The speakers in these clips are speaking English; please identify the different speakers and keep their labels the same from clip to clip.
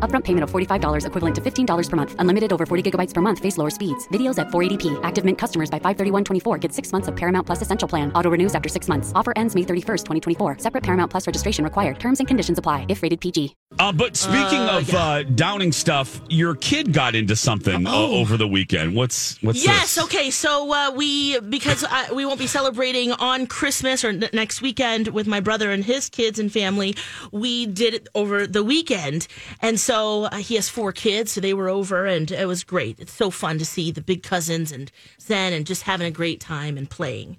Speaker 1: Upfront payment of $45 equivalent to $15 per month. Unlimited over 40 gigabytes per month. Face lower speeds. Videos at 480p. Active Mint customers by 531.24 get six months of Paramount Plus Essential Plan. Auto renews after six months. Offer ends May 31st, 2024. Separate Paramount Plus registration required. Terms and conditions apply if rated PG.
Speaker 2: Uh, but speaking of uh, downing stuff, your kid got into something uh, over the weekend. What's what's
Speaker 3: Oh. Yes.
Speaker 2: this?
Speaker 3: Okay. So uh, we because I, we won't be celebrating on Christmas or n- next weekend with my brother and his kids and family. We did it over the weekend, and so uh, he has four kids. So they were over, and it was great. It's so fun to see the big cousins and Zen and just having a great time and playing.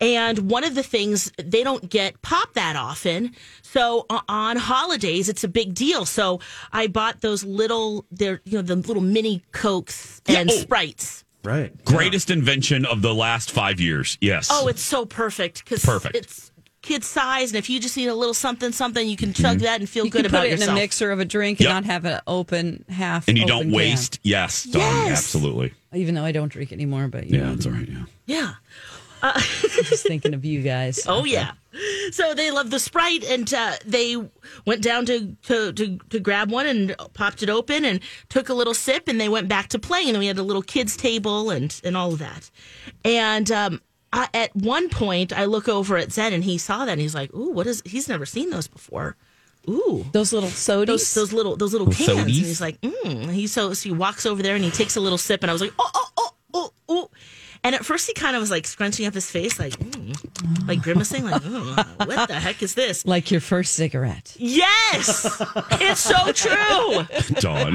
Speaker 3: And one of the things they don't get pop that often. So o- on holidays, it's a big deal. So I bought those little, they're, you know, the little mini Cokes and
Speaker 2: Yeah, oh.
Speaker 3: Sprites.
Speaker 4: Right.
Speaker 2: Greatest invention of the last five years. Yes.
Speaker 3: Oh, it's so perfect because
Speaker 2: Perfect.
Speaker 3: it's kid size, and if you just need a little something, something, you can chug that and feel
Speaker 5: You
Speaker 3: good
Speaker 5: can
Speaker 3: about
Speaker 5: put it
Speaker 3: yourself.
Speaker 5: in a mixer of a drink
Speaker 2: Yep.
Speaker 5: and not have an open half.
Speaker 2: and you
Speaker 5: open
Speaker 2: don't
Speaker 5: can.
Speaker 2: waste. Yes, Dawn,
Speaker 3: Yes.
Speaker 2: absolutely.
Speaker 5: Even though I don't drink anymore, but you
Speaker 2: Yeah,
Speaker 5: know,
Speaker 2: it's all right. Yeah.
Speaker 3: Yeah.
Speaker 5: I'm just thinking of you guys.
Speaker 3: Oh yeah. So they love the Sprite, and uh, they went down to, to to to grab one and popped it open and took a little sip, and they went back to playing. And we had a little kids table and and all of that. And um, I, at one point, I look over at Zen, and he saw that, and he's like, "Ooh, what is?" He's never seen those before. Ooh.
Speaker 5: Those little
Speaker 3: Those,
Speaker 5: sodas.
Speaker 3: those little those little cans, and
Speaker 2: sodies?
Speaker 3: he's like, mm. he so, so he walks over there and he takes a little sip, and I was like, oh oh oh oh oh, and at first he kind of was like scrunching up his face, like mm, like grimacing, like mm, what the heck is this?
Speaker 5: like your first cigarette.
Speaker 3: Yes, it's so true.
Speaker 2: Dawn.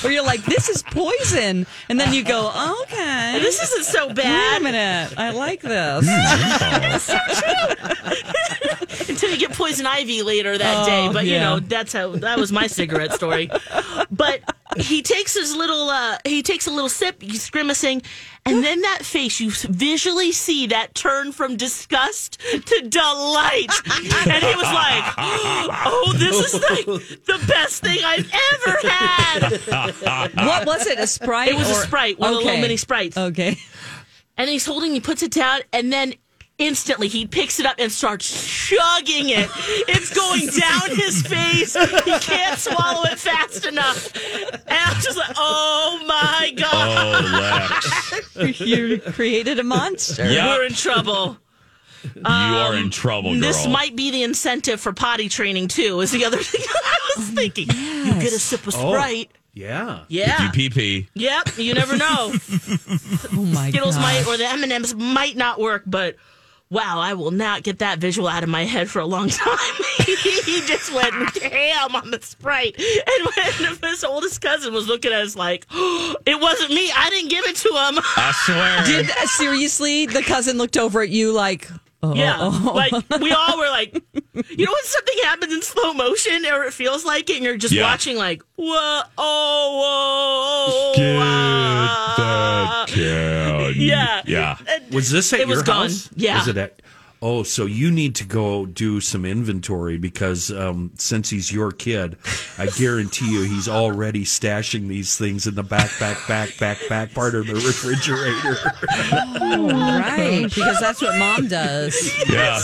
Speaker 5: Where you're like, this is poison. And then you go, okay.
Speaker 3: This isn't so
Speaker 5: Wait a
Speaker 3: bad
Speaker 5: minute. I like this.
Speaker 3: until you get poison ivy later that day.
Speaker 5: Oh,
Speaker 3: But you
Speaker 5: yeah.
Speaker 3: know that's how that was my cigarette story. But he takes his little uh, he takes a little sip, he's grimacing, and then that face you visually see that turn from disgust to delight, and he was like, "Oh, this is like the best thing I've ever had."
Speaker 5: what was it? A Sprite?
Speaker 3: It was a
Speaker 5: or-
Speaker 3: Sprite, one of the little mini Sprites.
Speaker 5: Okay.
Speaker 3: and he's holding he puts it down and then instantly he picks it up and starts chugging it it's going down his face he can't swallow it fast enough and i'm just like oh my god
Speaker 2: Oh, Lex.
Speaker 5: you created a monster.
Speaker 2: Oh, Yeah.
Speaker 3: we're in trouble
Speaker 2: you are in trouble, girl.
Speaker 3: Um, this might be the incentive for potty training too is the other thing i was thinking you get a sip of sprite
Speaker 4: Yeah.
Speaker 3: yeah
Speaker 2: If Oh. you pee
Speaker 3: yep you never know
Speaker 5: Oh my
Speaker 3: Skittles
Speaker 5: god.
Speaker 3: might or the M and M's might not work, but wow, I will not get that visual out of my head for a long time. he just went ham on the sprite, and when his oldest cousin was looking at us like, "It wasn't me. I didn't give it to him."
Speaker 2: I swear.
Speaker 5: Did uh, seriously? The cousin looked over at you like, oh,
Speaker 3: Yeah,
Speaker 5: oh,
Speaker 3: like we all were like, you know, when something happens in slow motion or it feels like it, and you're just
Speaker 2: Yeah.
Speaker 3: watching like, whoa, oh, whoa,
Speaker 2: Get
Speaker 3: ah."
Speaker 2: the can.
Speaker 3: yeah,
Speaker 2: Yeah.
Speaker 4: Was this at
Speaker 3: It was
Speaker 4: your
Speaker 3: gone.
Speaker 4: house?
Speaker 3: Yeah.
Speaker 4: Was it at? Oh, so you need to go do some inventory because um, since he's your kid, I guarantee you he's already stashing these things in the back, back, back, back, back part of the refrigerator.
Speaker 5: right. Because that's what mom does.
Speaker 2: Yeah.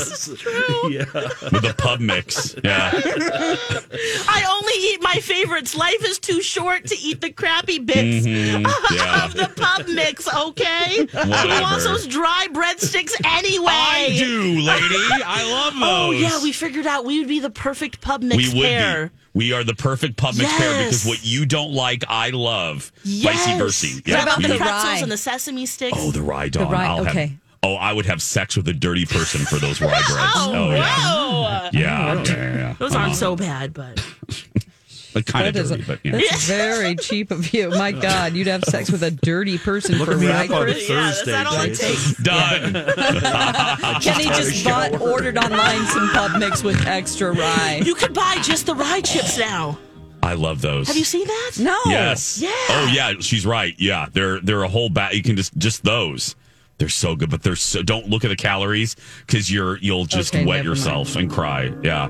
Speaker 4: yeah.
Speaker 2: With the pub mix. Yeah.
Speaker 3: I only eat my favorites. Life is too short to eat the crappy bits
Speaker 2: Mm-hmm. Mm, Yeah.
Speaker 3: of the pub mix, okay?
Speaker 2: Whatever.
Speaker 3: Who wants those dry breadsticks anyway?
Speaker 2: I do, lady. I love those.
Speaker 3: Oh, yeah, we figured out we would be the perfect pub mix
Speaker 2: we would
Speaker 3: pair.
Speaker 2: be. We are the perfect pub mix pair because
Speaker 3: Yes.
Speaker 2: what you don't like, I love. Vice
Speaker 3: Yes.
Speaker 2: versa.
Speaker 3: What about
Speaker 2: we-
Speaker 3: the
Speaker 5: Yeah.
Speaker 3: pretzels
Speaker 5: Rye?
Speaker 3: and the sesame sticks?
Speaker 2: Oh, the rye dawn.
Speaker 5: rye,
Speaker 2: I'll
Speaker 5: okay.
Speaker 2: Have, oh, I would have sex with a dirty person for those rye breads.
Speaker 3: Oh,
Speaker 2: yeah.
Speaker 3: wow.
Speaker 2: Yeah. yeah, yeah.
Speaker 3: Those aren't so bad, but
Speaker 2: But kind of
Speaker 5: That is
Speaker 2: dirty, but you know.
Speaker 5: That's very cheap of you. My God, you'd have sex with a dirty person
Speaker 4: Look
Speaker 5: for
Speaker 4: me up on
Speaker 5: Rikers.
Speaker 4: Oh, Thursday.
Speaker 3: Yeah, that's not all it
Speaker 4: Jason.
Speaker 3: takes.
Speaker 2: Done.
Speaker 5: Kenny just bought ordered online some pub mix with extra rye.
Speaker 3: You could buy just the rye chips now.
Speaker 2: I love those.
Speaker 3: Have you seen that?
Speaker 5: No.
Speaker 2: Yes.
Speaker 3: Yeah.
Speaker 2: Oh yeah, she's right. Yeah, they're they're a whole bag. You can just just those. They're so good, but they're so. Don't look at the calories because you're you'll just
Speaker 5: Okay,
Speaker 2: wet
Speaker 5: never
Speaker 2: yourself and cry. Yeah.